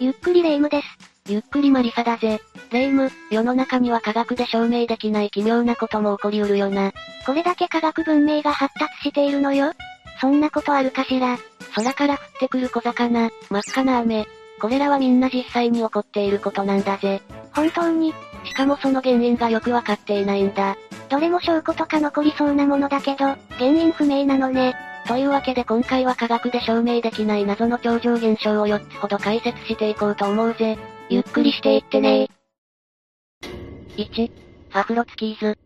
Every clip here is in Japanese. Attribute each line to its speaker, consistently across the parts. Speaker 1: ゆっくりレ夢ムです。
Speaker 2: ゆっくりマリサだぜ。レイム、世の中には科学で証明できない奇妙なことも起こりうるよな。
Speaker 1: これだけ科学文明が発達しているのよ。そんなことあるかしら。
Speaker 2: 空から降ってくる小魚、真っ赤な雨。これらはみんな実際に起こっていることなんだぜ。
Speaker 1: 本当に、
Speaker 2: しかもその原因がよくわかっていないんだ。
Speaker 1: どれも証拠とか残りそうなものだけど、原因不明なのね。
Speaker 2: というわけで今回は科学で証明できない謎の超常現象を4つほど解説していこうと思うぜ。ゆっくりしていってね1、ファフロツキーズ。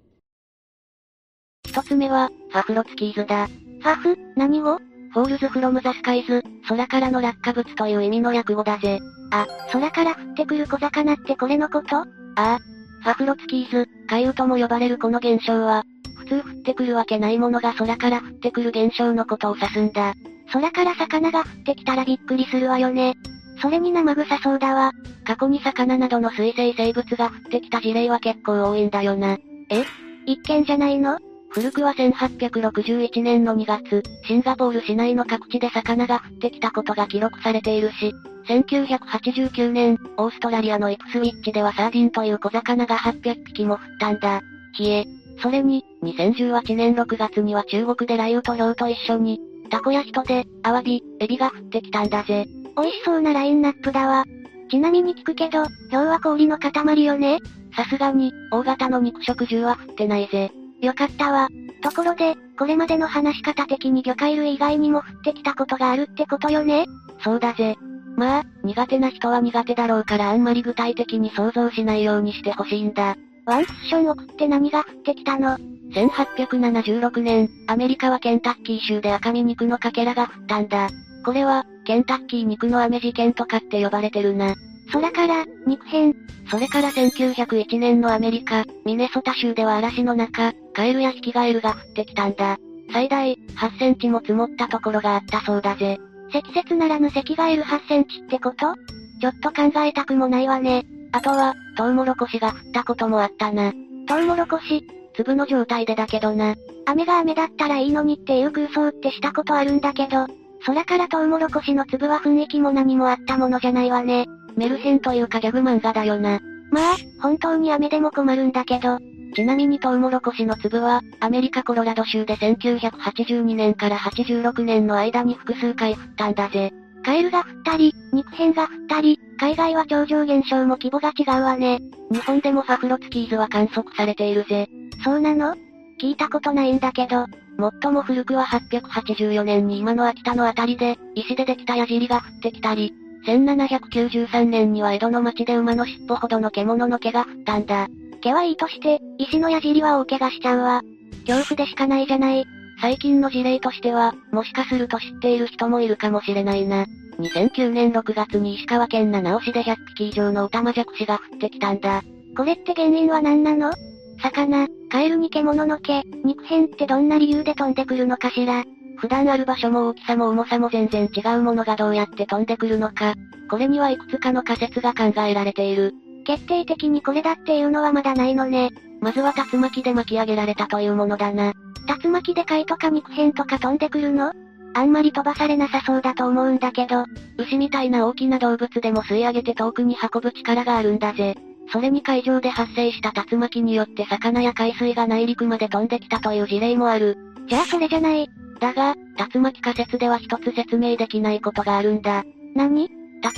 Speaker 2: 一つ目は、ファフロツキーズだ。
Speaker 1: ファフ、何を
Speaker 2: フォールズフロムザスカイズ、空からの落下物という意味の略語だぜ。
Speaker 1: あ、空から降ってくる小魚ってこれのことあ
Speaker 2: あ。ファフロツキーズ、海雨とも呼ばれるこの現象は、普通降ってくるわけないものが空から降ってくる現象のことを指すんだ。
Speaker 1: 空から魚が降ってきたらびっくりするわよね。それに生臭そうだわ。
Speaker 2: 過去に魚などの水生生物が降ってきた事例は結構多いんだよな。
Speaker 1: え一件じゃないの
Speaker 2: 古くは1861年の2月、シンガポール市内の各地で魚が降ってきたことが記録されているし、1989年、オーストラリアのイプスウィッチではサーディンという小魚が800匹も降ったんだ。
Speaker 1: ひえ。
Speaker 2: それに、2018年6月には中国で雷雨と氷と一緒に、タコや人で、アワビ、エビが降ってきたんだぜ。
Speaker 1: 美味しそうなラインナップだわ。ちなみに聞くけど、氷は氷の塊よね
Speaker 2: さすがに、大型の肉食獣は降ってないぜ。
Speaker 1: よかったわ。ところで、これまでの話し方的に魚介類以外にも降ってきたことがあるってことよね
Speaker 2: そうだぜ。まあ、苦手な人は苦手だろうからあんまり具体的に想像しないようにしてほしいんだ。
Speaker 1: ワンクッション送って何が降ってきたの
Speaker 2: ?1876 年、アメリカはケンタッキー州で赤身肉のかけらが降ったんだ。これは、ケンタッキー肉の飴事件とかって呼ばれてるな。
Speaker 1: 空から、肉片。
Speaker 2: それから1901年のアメリカ、ミネソタ州では嵐の中、カエルやヒキガエルが降ってきたんだ。最大、8センチも積もったところがあったそうだぜ。
Speaker 1: 積雪ならぬ赤ガエル8センチってことちょっと考えたくもないわね。
Speaker 2: あとは、トウモロコシが降ったこともあったな。
Speaker 1: トウモロコシ、
Speaker 2: 粒の状態でだけどな。
Speaker 1: 雨が雨だったらいいのにっていう空想ってしたことあるんだけど、空からトウモロコシの粒は雰囲気も何もあったものじゃないわね。
Speaker 2: メルヘンというかギャグ漫画だよな。
Speaker 1: まあ、本当に雨でも困るんだけど。
Speaker 2: ちなみにトウモロコシの粒は、アメリカコロラド州で1982年から86年の間に複数回降ったんだぜ。
Speaker 1: カエルが降ったり、肉片が降ったり、海外は超常現象も規模が違うわね。
Speaker 2: 日本でもファフロツキーズは観測されているぜ。
Speaker 1: そうなの聞いたことないんだけど、
Speaker 2: 最も古くは884年に今の秋田のあたりで、石でできた矢尻が降ってきたり、1793年には江戸の町で馬の尻尾ほどの獣の毛が降ったんだ。
Speaker 1: 毛はいいとして、石の矢尻は大怪我しちゃうわ。恐怖でしかないじゃない。
Speaker 2: 最近の事例としては、もしかすると知っている人もいるかもしれないな。2009年6月に石川県七尾市で100匹以上のオタマジャクシが降ってきたんだ。
Speaker 1: これって原因は何なの魚、カエルに獣の毛、肉片ってどんな理由で飛んでくるのかしら。
Speaker 2: 普段ある場所も大きさも重さも全然違うものがどうやって飛んでくるのか、これにはいくつかの仮説が考えられている。
Speaker 1: 決定的にこれだっていうのはまだないのね。
Speaker 2: まずは竜巻で巻き上げられたというものだな。
Speaker 1: 竜巻で貝とか肉片とか飛んでくるのあんまり飛ばされなさそうだと思うんだけど、
Speaker 2: 牛みたいな大きな動物でも吸い上げて遠くに運ぶ力があるんだぜ。それに海上で発生した竜巻によって魚や海水が内陸まで飛んできたという事例もある。
Speaker 1: じゃあそれじゃない。
Speaker 2: だが、竜巻仮説では一つ説明できないことがあるんだ。
Speaker 1: 何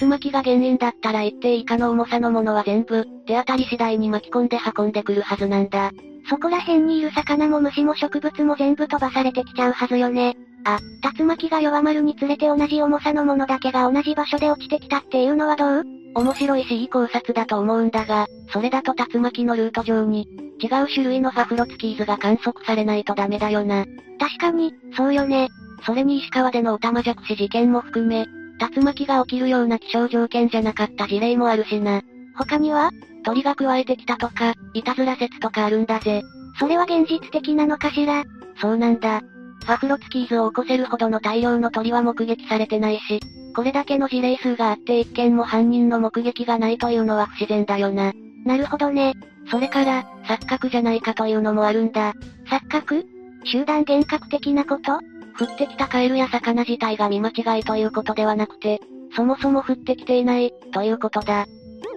Speaker 2: 竜巻が原因だったら一定以下の重さのものは全部、手当たり次第に巻き込んで運んでくるはずなんだ。
Speaker 1: そこら辺にいる魚も虫も植物も全部飛ばされてきちゃうはずよね。あ、竜巻が弱まるにつれて同じ重さのものだけが同じ場所で落ちてきたっていうのはどう
Speaker 2: 面白いしいい考察だと思うんだが、それだと竜巻のルート上に、違う種類のファフロツキーズが観測されないとダメだよな。
Speaker 1: 確かに、そうよね。
Speaker 2: それに石川でのオタマジャクシ事件も含め、竜巻が起きるような気象条件じゃなかった事例もあるしな。
Speaker 1: 他には
Speaker 2: 鳥が加えてきたとか、いたずら説とかあるんだぜ。
Speaker 1: それは現実的なのかしら
Speaker 2: そうなんだ。ファフロツキーズを起こせるほどの大量の鳥は目撃されてないし、これだけの事例数があって一件も犯人の目撃がないというのは不自然だよな。
Speaker 1: なるほどね。
Speaker 2: それから、錯覚じゃないかというのもあるんだ。
Speaker 1: 錯覚集団幻覚的なこと
Speaker 2: 降ってきたカエルや魚自体が見間違いということではなくて、そもそも降ってきていない、ということだ。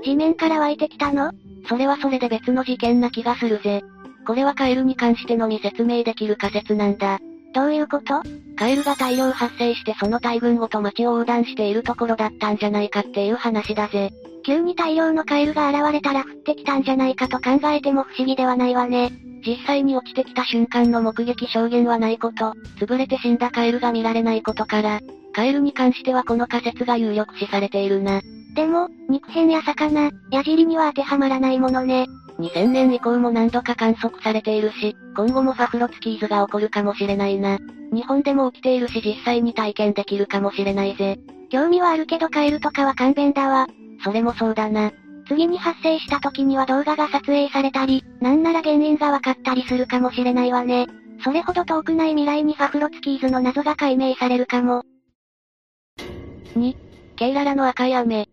Speaker 1: 地面から湧いてきたの
Speaker 2: それはそれで別の事件な気がするぜ。これはカエルに関してのみ説明できる仮説なんだ。
Speaker 1: どういうこと
Speaker 2: カエルが大量発生してその大群ごと街を横断しているところだったんじゃないかっていう話だぜ。
Speaker 1: 急に大量のカエルが現れたら降ってきたんじゃないかと考えても不思議ではないわね。
Speaker 2: 実際に落ちてきた瞬間の目撃証言はないこと、潰れて死んだカエルが見られないことから、カエルに関してはこの仮説が有力視されているな。
Speaker 1: でも、肉片や魚、矢尻には当てはまらないものね。
Speaker 2: 2000年以降も何度か観測されているし、今後もファフロツキーズが起こるかもしれないな。日本でも起きているし実際に体験できるかもしれないぜ。
Speaker 1: 興味はあるけどカエルとかは勘弁だわ。
Speaker 2: それもそうだな。
Speaker 1: 次に発生した時には動画が撮影されたり、なんなら原因がわかったりするかもしれないわね。それほど遠くない未来にファフロツキーズの謎が解明されるかも。
Speaker 2: 2、ケイララの赤い雨。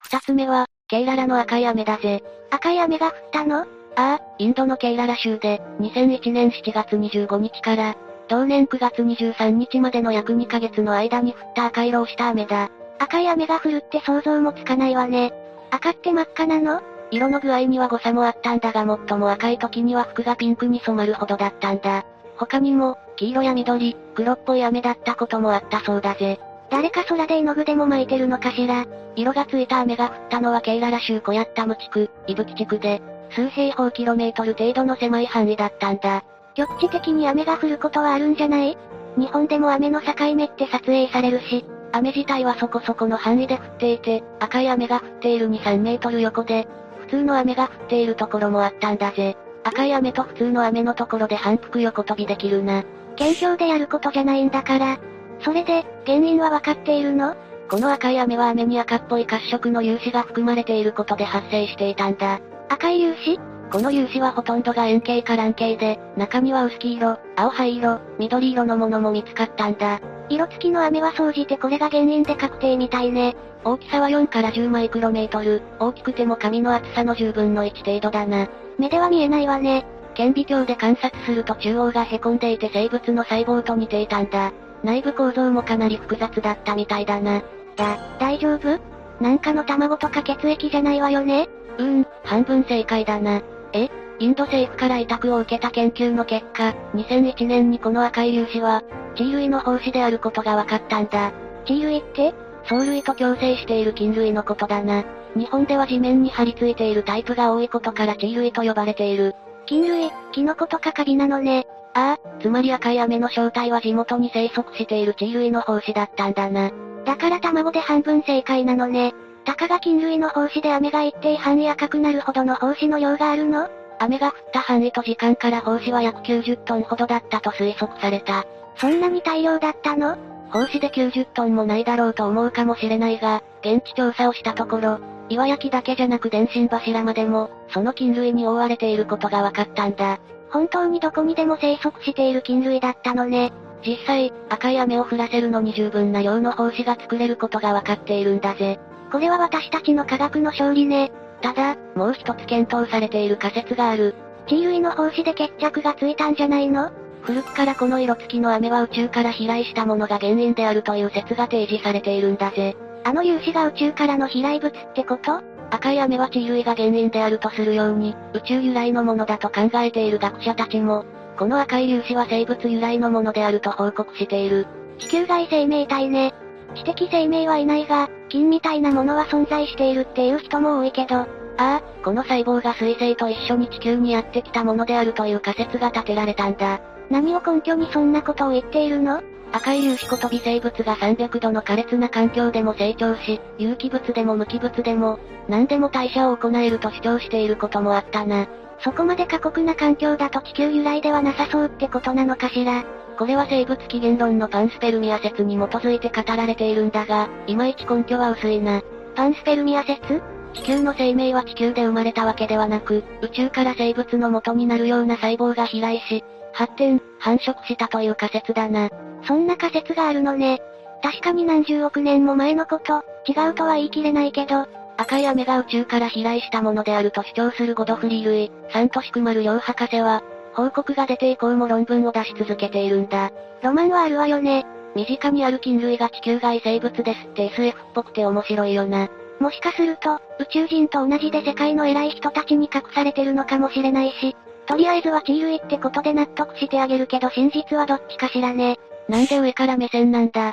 Speaker 2: 二つ目は、ケイララの赤い雨だぜ。
Speaker 1: 赤い雨が降ったの
Speaker 2: ああ、インドのケイララ州で、2001年7月25日から、同年9月23日までの約2ヶ月の間に降った赤色をした雨だ。
Speaker 1: 赤い雨が降るって想像もつかないわね。赤って真っ赤なの
Speaker 2: 色の具合には誤差もあったんだが最も赤い時には服がピンクに染まるほどだったんだ。他にも、黄色や緑、黒っぽい雨だったこともあったそうだぜ。
Speaker 1: 誰か空で絵の具でも巻いてるのかしら。
Speaker 2: 色がついた雨が降ったのはケイララ州コヤッタム地区、伊吹地区で、数平方キロメートル程度の狭い範囲だったんだ。
Speaker 1: 局地的に雨が降ることはあるんじゃない日本でも雨の境目って撮影されるし、
Speaker 2: 雨自体はそこそこの範囲で降っていて、赤い雨が降っている2、3メートル横で、普通の雨が降っているところもあったんだぜ。赤い雨と普通の雨のところで反復横跳びできるな。
Speaker 1: 検証でやることじゃないんだから。それで、原因はわかっているの
Speaker 2: この赤い雨は雨に赤っぽい褐色の粒子が含まれていることで発生していたんだ。
Speaker 1: 赤い粒子
Speaker 2: この粒子はほとんどが円形か卵形で、中には薄黄色、青灰色、緑色のものも見つかったんだ。
Speaker 1: 色付きの雨は総じてこれが原因で確定みたいね。
Speaker 2: 大きさは4から10マイクロメートル、大きくても紙の厚さの10分の1程度だな。
Speaker 1: 目では見えないわね。
Speaker 2: 顕微鏡で観察すると中央が凹んでいて生物の細胞と似ていたんだ。内部構造もかなり複雑だったみたいだな。
Speaker 1: だ、大丈夫なんかの卵とか血液じゃないわよね
Speaker 2: うーん、半分正解だな。えインド政府から委託を受けた研究の結果、2001年にこの赤い粒子は、地衣類の胞子であることが分かったんだ。
Speaker 1: 地衣類って
Speaker 2: 藻類と共生している菌類のことだな。日本では地面に張り付いているタイプが多いことから地衣類と呼ばれている。
Speaker 1: 菌類、キノコとかカビなのね。
Speaker 2: ああ、つまり赤い雨の正体は地元に生息している地衣類の胞子だったんだな。
Speaker 1: だから卵で半分正解なのね。たかが菌類の胞子で雨が一定範囲赤くなるほどの胞子の量があるの
Speaker 2: 雨が降った範囲と時間から胞子は約90トンほどだったと推測された。
Speaker 1: そんなに大量だったの
Speaker 2: 胞子で90トンもないだろうと思うかもしれないが、現地調査をしたところ、岩焼きだけじゃなく電信柱までも、その菌類に覆われていることが分かったんだ。
Speaker 1: 本当にどこにでも生息している菌類だったのね。
Speaker 2: 実際、赤い雨を降らせるのに十分な量の胞子が作れることが分かっているんだぜ。
Speaker 1: これは私たちの科学の勝利ね。
Speaker 2: ただ、もう一つ検討されている仮説がある。
Speaker 1: 地衣類の胞子で決着がついたんじゃないの
Speaker 2: 古くからこの色付きの雨は宇宙から飛来したものが原因であるという説が提示されているんだぜ。
Speaker 1: あの粒子が宇宙からの飛来物ってこと
Speaker 2: 赤い雨は地衣類が原因であるとするように、宇宙由来のものだと考えている学者たちも、この赤い粒子は生物由来のものであると報告している。
Speaker 1: 地球外生命体ね。知的生命はいないが、菌みたいなものは存在しているっていう人も多いけど、
Speaker 2: ああ、この細胞が水星と一緒に地球にやってきたものであるという仮説が立てられたんだ。
Speaker 1: 何を根拠にそんなことを言っているの
Speaker 2: 赤い粒子こと微生物が300度の苛烈な環境でも成長し、有機物でも無機物でも、何でも代謝を行えると主張していることもあったな。
Speaker 1: そこまで過酷な環境だと地球由来ではなさそうってことなのかしら。
Speaker 2: これは生物起源論のパンスペルミア説に基づいて語られているんだが、いまいち根拠は薄いな。
Speaker 1: パンスペルミア説
Speaker 2: 地球の生命は地球で生まれたわけではなく、宇宙から生物の元になるような細胞が飛来し、発展、繁殖したという仮説だな。
Speaker 1: そんな仮説があるのね。確かに何十億年も前のこと、違うとは言い切れないけど、
Speaker 2: 赤い雨が宇宙から飛来したものであると主張するゴドフリー・ルイ、サントシクマル両博士は、報告が出て以降も論文を出し続けているんだ。
Speaker 1: ロマンはあるわよね。
Speaker 2: 身近にある菌類が地球外生物ですって SF っぽくて面白いよな。
Speaker 1: もしかすると、宇宙人と同じで世界の偉い人たちに隠されてるのかもしれないし、とりあえずは地類ってことで納得してあげるけど真実はどっちかしらね。
Speaker 2: なんで上から目線なんだ。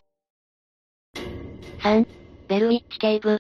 Speaker 2: 3、ベルウィッチ警部。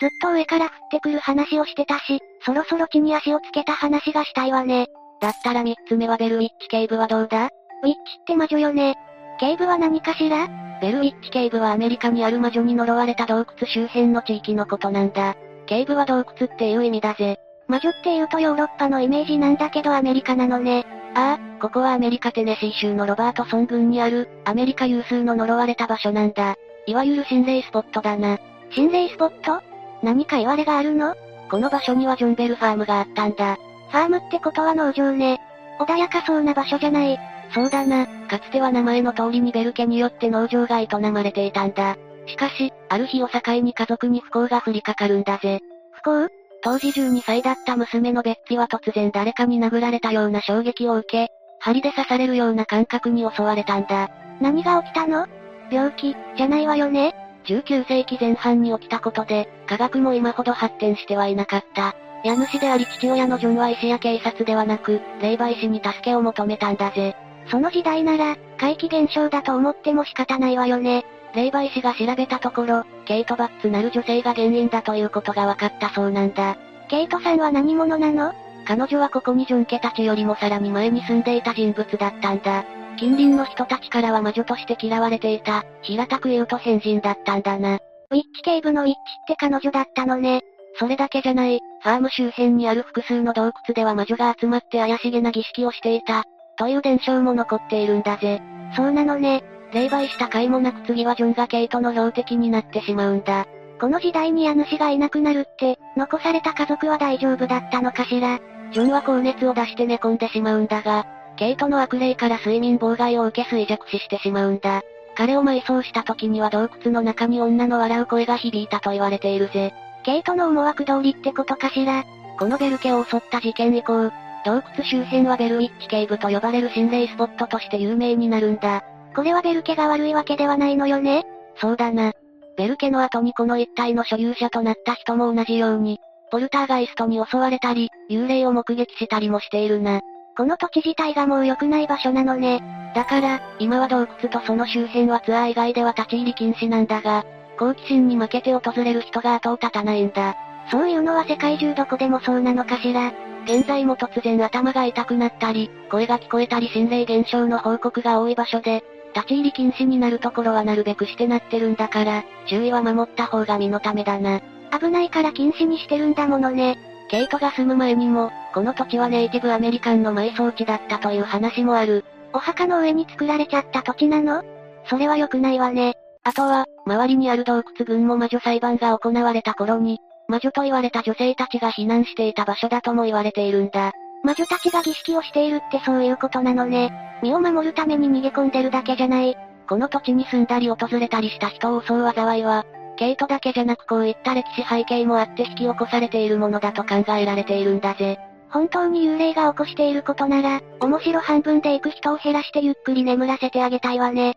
Speaker 1: ずっと上から降ってくる話をしてたし、そろそろ地に足をつけた話がしたいわね。
Speaker 2: だったら3つ目はベルウィッチ警部はどうだ
Speaker 1: ウィッチって魔女よね。警部は何かしら
Speaker 2: ベルウィッチ警部はアメリカにある魔女に呪われた洞窟周辺の地域のことなんだ。警部は洞窟っていう意味だぜ。
Speaker 1: 魔女って言うとヨーロッパのイメージなんだけどアメリカなのね。
Speaker 2: ああ、ここはアメリカテネシー州のロバートソン郡にある、アメリカ有数の呪われた場所なんだ。いわゆる心霊スポットだな。
Speaker 1: 心霊スポット何か言われがあるの
Speaker 2: この場所にはジョンベルファームがあったんだ。
Speaker 1: ファームってことは農場ね。穏やかそうな場所じゃない。
Speaker 2: そうだな、かつては名前の通りにベル家によって農場が営まれていたんだ。しかし、ある日を境に家族に不幸が降りかかるんだぜ。
Speaker 1: 不幸
Speaker 2: 当時12歳だった娘のベッキは突然誰かに殴られたような衝撃を受け、針で刺されるような感覚に襲われたんだ。
Speaker 1: 何が起きたの病気、じゃないわよね
Speaker 2: 19世紀前半に起きたことで、科学も今ほど発展してはいなかった。家主であり父親のジョンは医師や警察ではなく、霊媒師に助けを求めたんだぜ。
Speaker 1: その時代なら、怪奇現象だと思っても仕方ないわよね。
Speaker 2: 霊媒師が調べたところ、ケイト・バッツなる女性が原因だということが分かったそうなんだ。
Speaker 1: ケイトさんは何者なの
Speaker 2: 彼女はここにジョン家たちよりもさらに前に住んでいた人物だったんだ。近隣の人たちからは魔女として嫌われていた、平たく言うと変人だったんだな。
Speaker 1: ウィッチ警部のウィッチって彼女だったのね。
Speaker 2: それだけじゃない、ファーム周辺にある複数の洞窟では魔女が集まって怪しげな儀式をしていた、という伝承も残っているんだぜ。
Speaker 1: そうなのね。
Speaker 2: 霊媒した甲斐もなく次はジョンがケイトの標的になってしまうんだ。
Speaker 1: この時代に家主がいなくなるって、残された家族は大丈夫だったのかしら。
Speaker 2: ジョンは高熱を出して寝込んでしまうんだが、ケイトの悪霊から睡眠妨害を受け衰弱死してしまうんだ。彼を埋葬した時には洞窟の中に女の笑う声が響いたと言われているぜ。
Speaker 1: ケイトの思惑通りってことかしら。
Speaker 2: このベル家を襲った事件以降、洞窟周辺はベルウィッチ警部と呼ばれる心霊スポットとして有名になるんだ。
Speaker 1: これはベル家が悪いわけではないのよね
Speaker 2: そうだな。ベル家の後にこの一帯の所有者となった人も同じように、ポルターガイストに襲われたり、幽霊を目撃したりもしているな。
Speaker 1: この土地自体がもう良くない場所なのね。
Speaker 2: だから、今は洞窟とその周辺はツアー以外では立ち入り禁止なんだが、好奇心に負けて訪れる人が後を絶たないんだ。
Speaker 1: そういうのは世界中どこでもそうなのかしら。
Speaker 2: 現在も突然頭が痛くなったり、声が聞こえたり心霊現象の報告が多い場所で、立ち入り禁止になるところはなるべくしてなってるんだから、注意は守った方が身のためだな。
Speaker 1: 危ないから禁止にしてるんだものね。
Speaker 2: ケイトが住む前にも、この土地はネイティブアメリカンの埋葬地だったという話もある。
Speaker 1: お墓の上に作られちゃった土地なのそれは良くないわね。
Speaker 2: あとは、周りにある洞窟群も魔女裁判が行われた頃に、魔女と言われた女性たちが避難していた場所だとも言われているんだ。
Speaker 1: 魔女たちが儀式をしているってそういうことなのね。身を守るために逃げ込んでるだけじゃない。
Speaker 2: この土地に住んだり訪れたりした人を襲う災いは、ケイトだけじゃなくこういった歴史背景もあって引き起こされているものだと考えられているんだぜ。
Speaker 1: 本当に幽霊が起こしていることなら、面白半分で行く人を減らしてゆっくり眠らせてあげたいわね。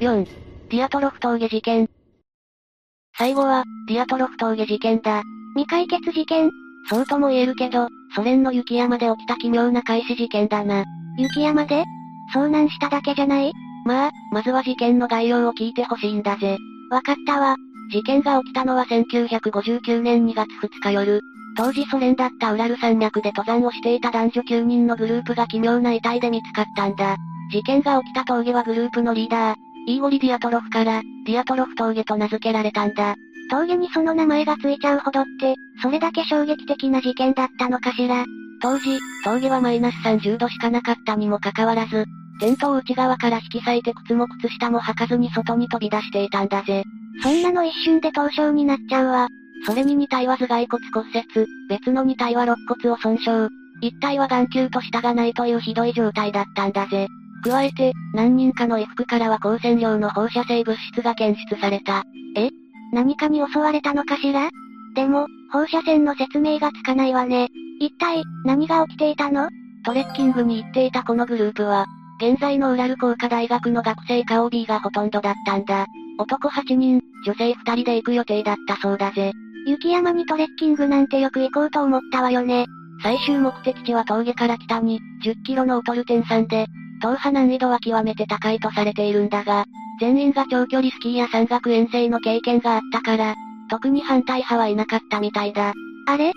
Speaker 2: 4、ディアトロフ峠事件。最後は、ディアトロフ峠事件だ。
Speaker 1: 未解決事件
Speaker 2: そうとも言えるけど、ソ連の雪山で起きた奇妙な開始事件だな。
Speaker 1: 雪山で遭難しただけじゃない
Speaker 2: まあ、まずは事件の概要を聞いてほしいんだぜ。
Speaker 1: わかったわ。
Speaker 2: 事件が起きたのは1959年2月2日夜、当時ソ連だったウラル山脈で登山をしていた男女9人のグループが奇妙な遺体で見つかったんだ。事件が起きた峠はグループのリーダー、イーゴリ・ディアトロフから、ディアトロフ峠と名付けられたんだ。
Speaker 1: 峠にその名前がついちゃうほどって、それだけ衝撃的な事件だったのかしら。
Speaker 2: 当時、峠はマイナス30度しかなかったにもかかわらず、テントを内側から引き裂いて靴も靴下も履かずに外に飛び出していたんだぜ。
Speaker 1: そんなの一瞬で凍傷になっちゃうわ。
Speaker 2: それに2体は頭蓋骨骨折、別の2体は肋骨を損傷、1体は眼球と下がないというひどい状態だったんだぜ。加えて、何人かの衣服からは光線量の放射性物質が検出された。
Speaker 1: え何かに襲われたのかしらでも、放射線の説明がつかないわね。一体、何が起きていたの
Speaker 2: トレッキングに行っていたこのグループは、現在のウラル工科大学の学生か OB がほとんどだったんだ。男8人、女性2人で行く予定だったそうだぜ。
Speaker 1: 雪山にトレッキングなんてよく行こうと思ったわよね。
Speaker 2: 最終目的地は峠から北に、10キロの劣る点山で、踏破難易度は極めて高いとされているんだが、全員が長距離スキーや山岳遠征の経験があったから、特に反対派はいなかったみたいだ。
Speaker 1: あれ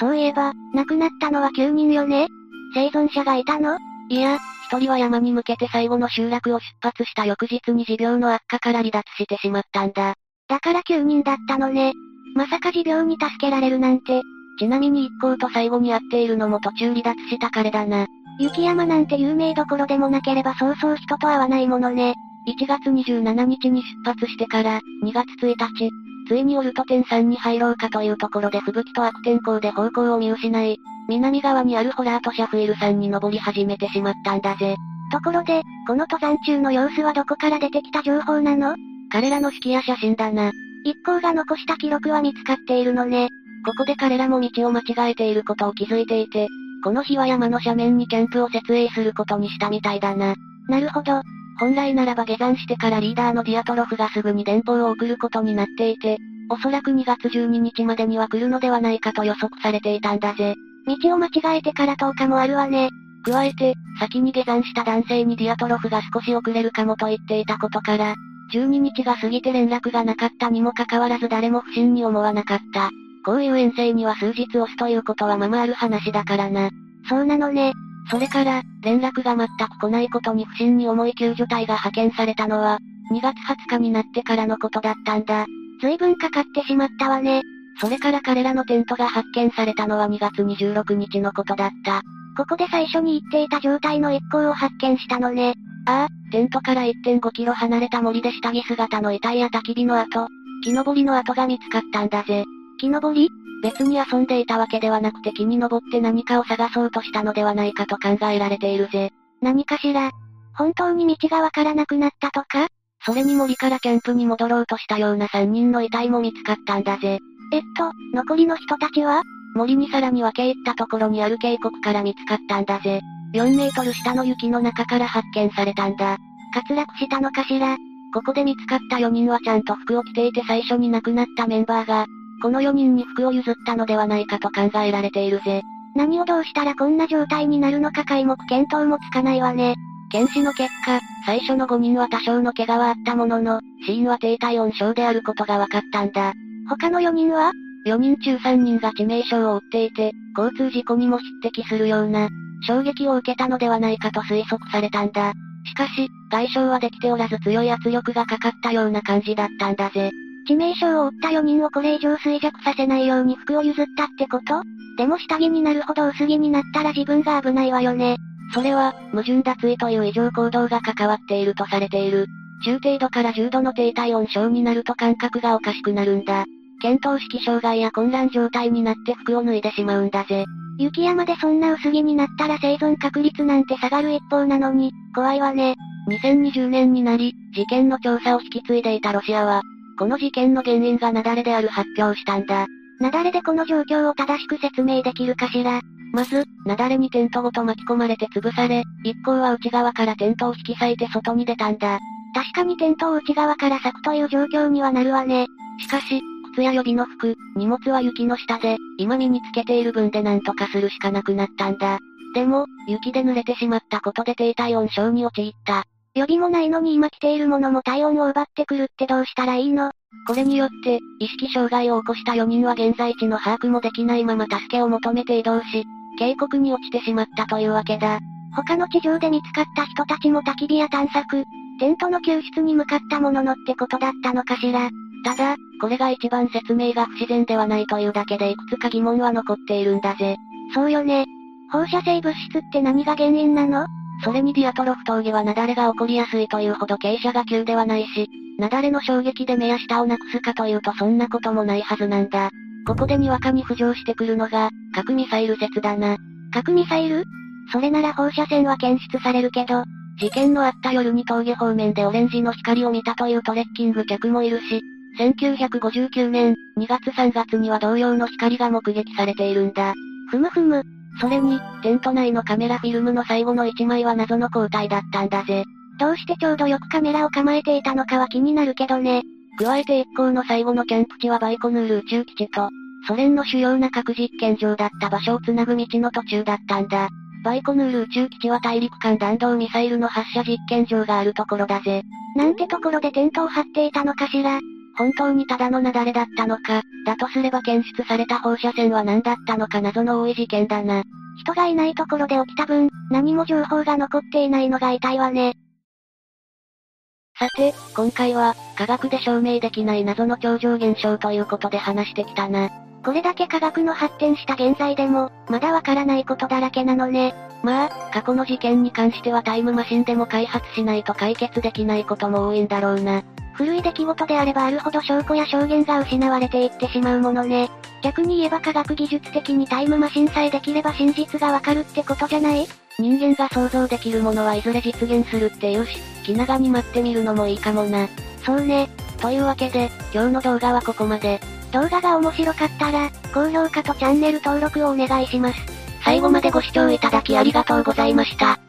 Speaker 1: そういえば、亡くなったのは9人よね生存者がいたの
Speaker 2: いや、一人は山に向けて最後の集落を出発した翌日に持病の悪化から離脱してしまったんだ。
Speaker 1: だから9人だったのね。まさか持病に助けられるなんて。
Speaker 2: ちなみに一行と最後に会っているのも途中離脱した彼だな。
Speaker 1: 雪山なんて有名どころでもなければそうそう人と会わないものね。
Speaker 2: 1月27日に出発してから、2月1日、ついにオルト天山に入ろうかというところで吹雪と悪天候で方向を見失い、南側にあるホラーとシャフイル山に登り始めてしまったんだぜ。
Speaker 1: ところで、この登山中の様子はどこから出てきた情報なの
Speaker 2: 彼らの式や写真だな。
Speaker 1: 一行が残した記録は見つかっているのね。
Speaker 2: ここで彼らも道を間違えていることを気づいていて、この日は山の斜面にキャンプを設営することにしたみたいだな。
Speaker 1: なるほど。
Speaker 2: 本来ならば下山してからリーダーのディアトロフがすぐに電報を送ることになっていて、おそらく2月12日までには来るのではないかと予測されていたんだぜ。
Speaker 1: 道を間違えてから10日もあるわね。
Speaker 2: 加えて、先に下山した男性にディアトロフが少し遅れるかもと言っていたことから、12日が過ぎて連絡がなかったにもかかわらず誰も不審に思わなかった。こういう遠征には数日押すということはままある話だからな。
Speaker 1: そうなのね。
Speaker 2: それから、連絡が全く来ないことに不審に思い救助隊が派遣されたのは、2月20日になってからのことだったんだ。
Speaker 1: 随分かかってしまったわね。
Speaker 2: それから彼らのテントが発見されたのは2月26日のことだった。
Speaker 1: ここで最初に言っていた状態の一行を発見したのね。
Speaker 2: ああ、テントから1.5キロ離れた森で下着姿の遺体や焚き火の跡、木登りの跡が見つかったんだぜ。
Speaker 1: 木登り
Speaker 2: 別に遊んでいたわけではなくて木に登って何かを探そうとしたのではないかと考えられているぜ。
Speaker 1: 何かしら本当に道がわからなくなったとか
Speaker 2: それに森からキャンプに戻ろうとしたような3人の遺体も見つかったんだぜ。
Speaker 1: えっと、残りの人たちは
Speaker 2: 森にさらに分け入ったところにある渓谷から見つかったんだぜ。4メートル下の雪の中から発見されたんだ。
Speaker 1: 滑落したのかしら
Speaker 2: ここで見つかった4人はちゃんと服を着ていて最初に亡くなったメンバーが、この4人に服を譲ったのではないかと考えられているぜ。
Speaker 1: 何をどうしたらこんな状態になるのか解目見当もつかないわね。
Speaker 2: 検視の結果、最初の5人は多少の怪我はあったものの、死因は低体温症であることが分かったんだ。
Speaker 1: 他の4人は
Speaker 2: ?4 人中3人が致命傷を負っていて、交通事故にも匹敵するような、衝撃を受けたのではないかと推測されたんだ。しかし、外傷はできておらず強い圧力がかかったような感じだったんだぜ。
Speaker 1: 致命傷を負った4人をこれ以上衰弱させないように服を譲ったってことでも下着になるほど薄着になったら自分が危ないわよね。
Speaker 2: それは、矛盾脱衣という異常行動が関わっているとされている。中程度から重度の低体温症になると感覚がおかしくなるんだ。見当識障害や混乱状態になって服を脱いでしまうんだぜ。
Speaker 1: 雪山でそんな薄着になったら生存確率なんて下がる一方なのに、怖いわね。
Speaker 2: 2020年になり、事件の調査を引き継いでいたロシアは、この事件の原因が雪崩である発表をしたんだ。
Speaker 1: 雪崩でこの状況を正しく説明できるかしら。
Speaker 2: まず、雪崩にテントごと巻き込まれて潰され、一行は内側からテントを引き裂いて外に出たんだ。
Speaker 1: 確かにテントを内側から裂くという状況にはなるわね。
Speaker 2: しかし、靴や予備の服、荷物は雪の下で、今身につけている分で何とかするしかなくなったんだ。でも、雪で濡れてしまったことで低体温症に陥った。
Speaker 1: 予備もないのに今着ているものも体温を奪ってくるってどうしたらいいの
Speaker 2: これによって、意識障害を起こした4人は現在地の把握もできないまま助けを求めて移動し、渓谷に落ちてしまったというわけだ。
Speaker 1: 他の地上で見つかった人たちも焚き火や探索、テントの救出に向かったもののってことだったのかしら。
Speaker 2: ただ、これが一番説明が不自然ではないというだけでいくつか疑問は残っているんだぜ。
Speaker 1: そうよね。放射性物質って何が原因なの
Speaker 2: それにディアトロフ峠は雪崩が起こりやすいというほど傾斜が急ではないし、雪崩の衝撃で目や下をなくすかというとそんなこともないはずなんだ。ここでにわかに浮上してくるのが、核ミサイル説だな。
Speaker 1: 核ミサイルそれなら放射線は検出されるけど、
Speaker 2: 事件のあった夜に峠方面でオレンジの光を見たというトレッキング客もいるし、1959年、2月3月には同様の光が目撃されているんだ。
Speaker 1: ふむふむ、
Speaker 2: それに、テント内のカメラフィルムの最後の1枚は謎の交代だったんだぜ。
Speaker 1: どうしてちょうどよくカメラを構えていたのかは気になるけどね。
Speaker 2: 加えて一行の最後のキャンプ地はバイコヌール宇宙基地と、ソ連の主要な核実験場だった場所をつなぐ道の途中だったんだ。バイコヌール宇宙基地は大陸間弾道ミサイルの発射実験場があるところだぜ。
Speaker 1: なんてところでテントを張っていたのかしら。
Speaker 2: 本当にただの雪崩だったのか、だとすれば検出された放射線は何だったのか謎の多い事件だな。
Speaker 1: 人がいないところで起きた分、何も情報が残っていないのが痛いわね。
Speaker 2: さて、今回は、科学で証明できない謎の超常現象ということで話してきたな。
Speaker 1: これだけ科学の発展した現在でも、まだわからないことだらけなのね。
Speaker 2: まあ、過去の事件に関してはタイムマシンでも開発しないと解決できないことも多いんだろうな。
Speaker 1: 古い出来事であればあるほど証拠や証言が失われていってしまうものね。逆に言えば科学技術的にタイムマシンさえできれば真実がわかるってことじゃない
Speaker 2: 人間が想像できるものはいずれ実現するっていうし、気長に待ってみるのもいいかもな。
Speaker 1: そうね。
Speaker 2: というわけで、今日の動画はここまで。
Speaker 1: 動画が面白かったら、高評価とチャンネル登録をお願いします。
Speaker 2: 最後までご視聴いただきありがとうございました。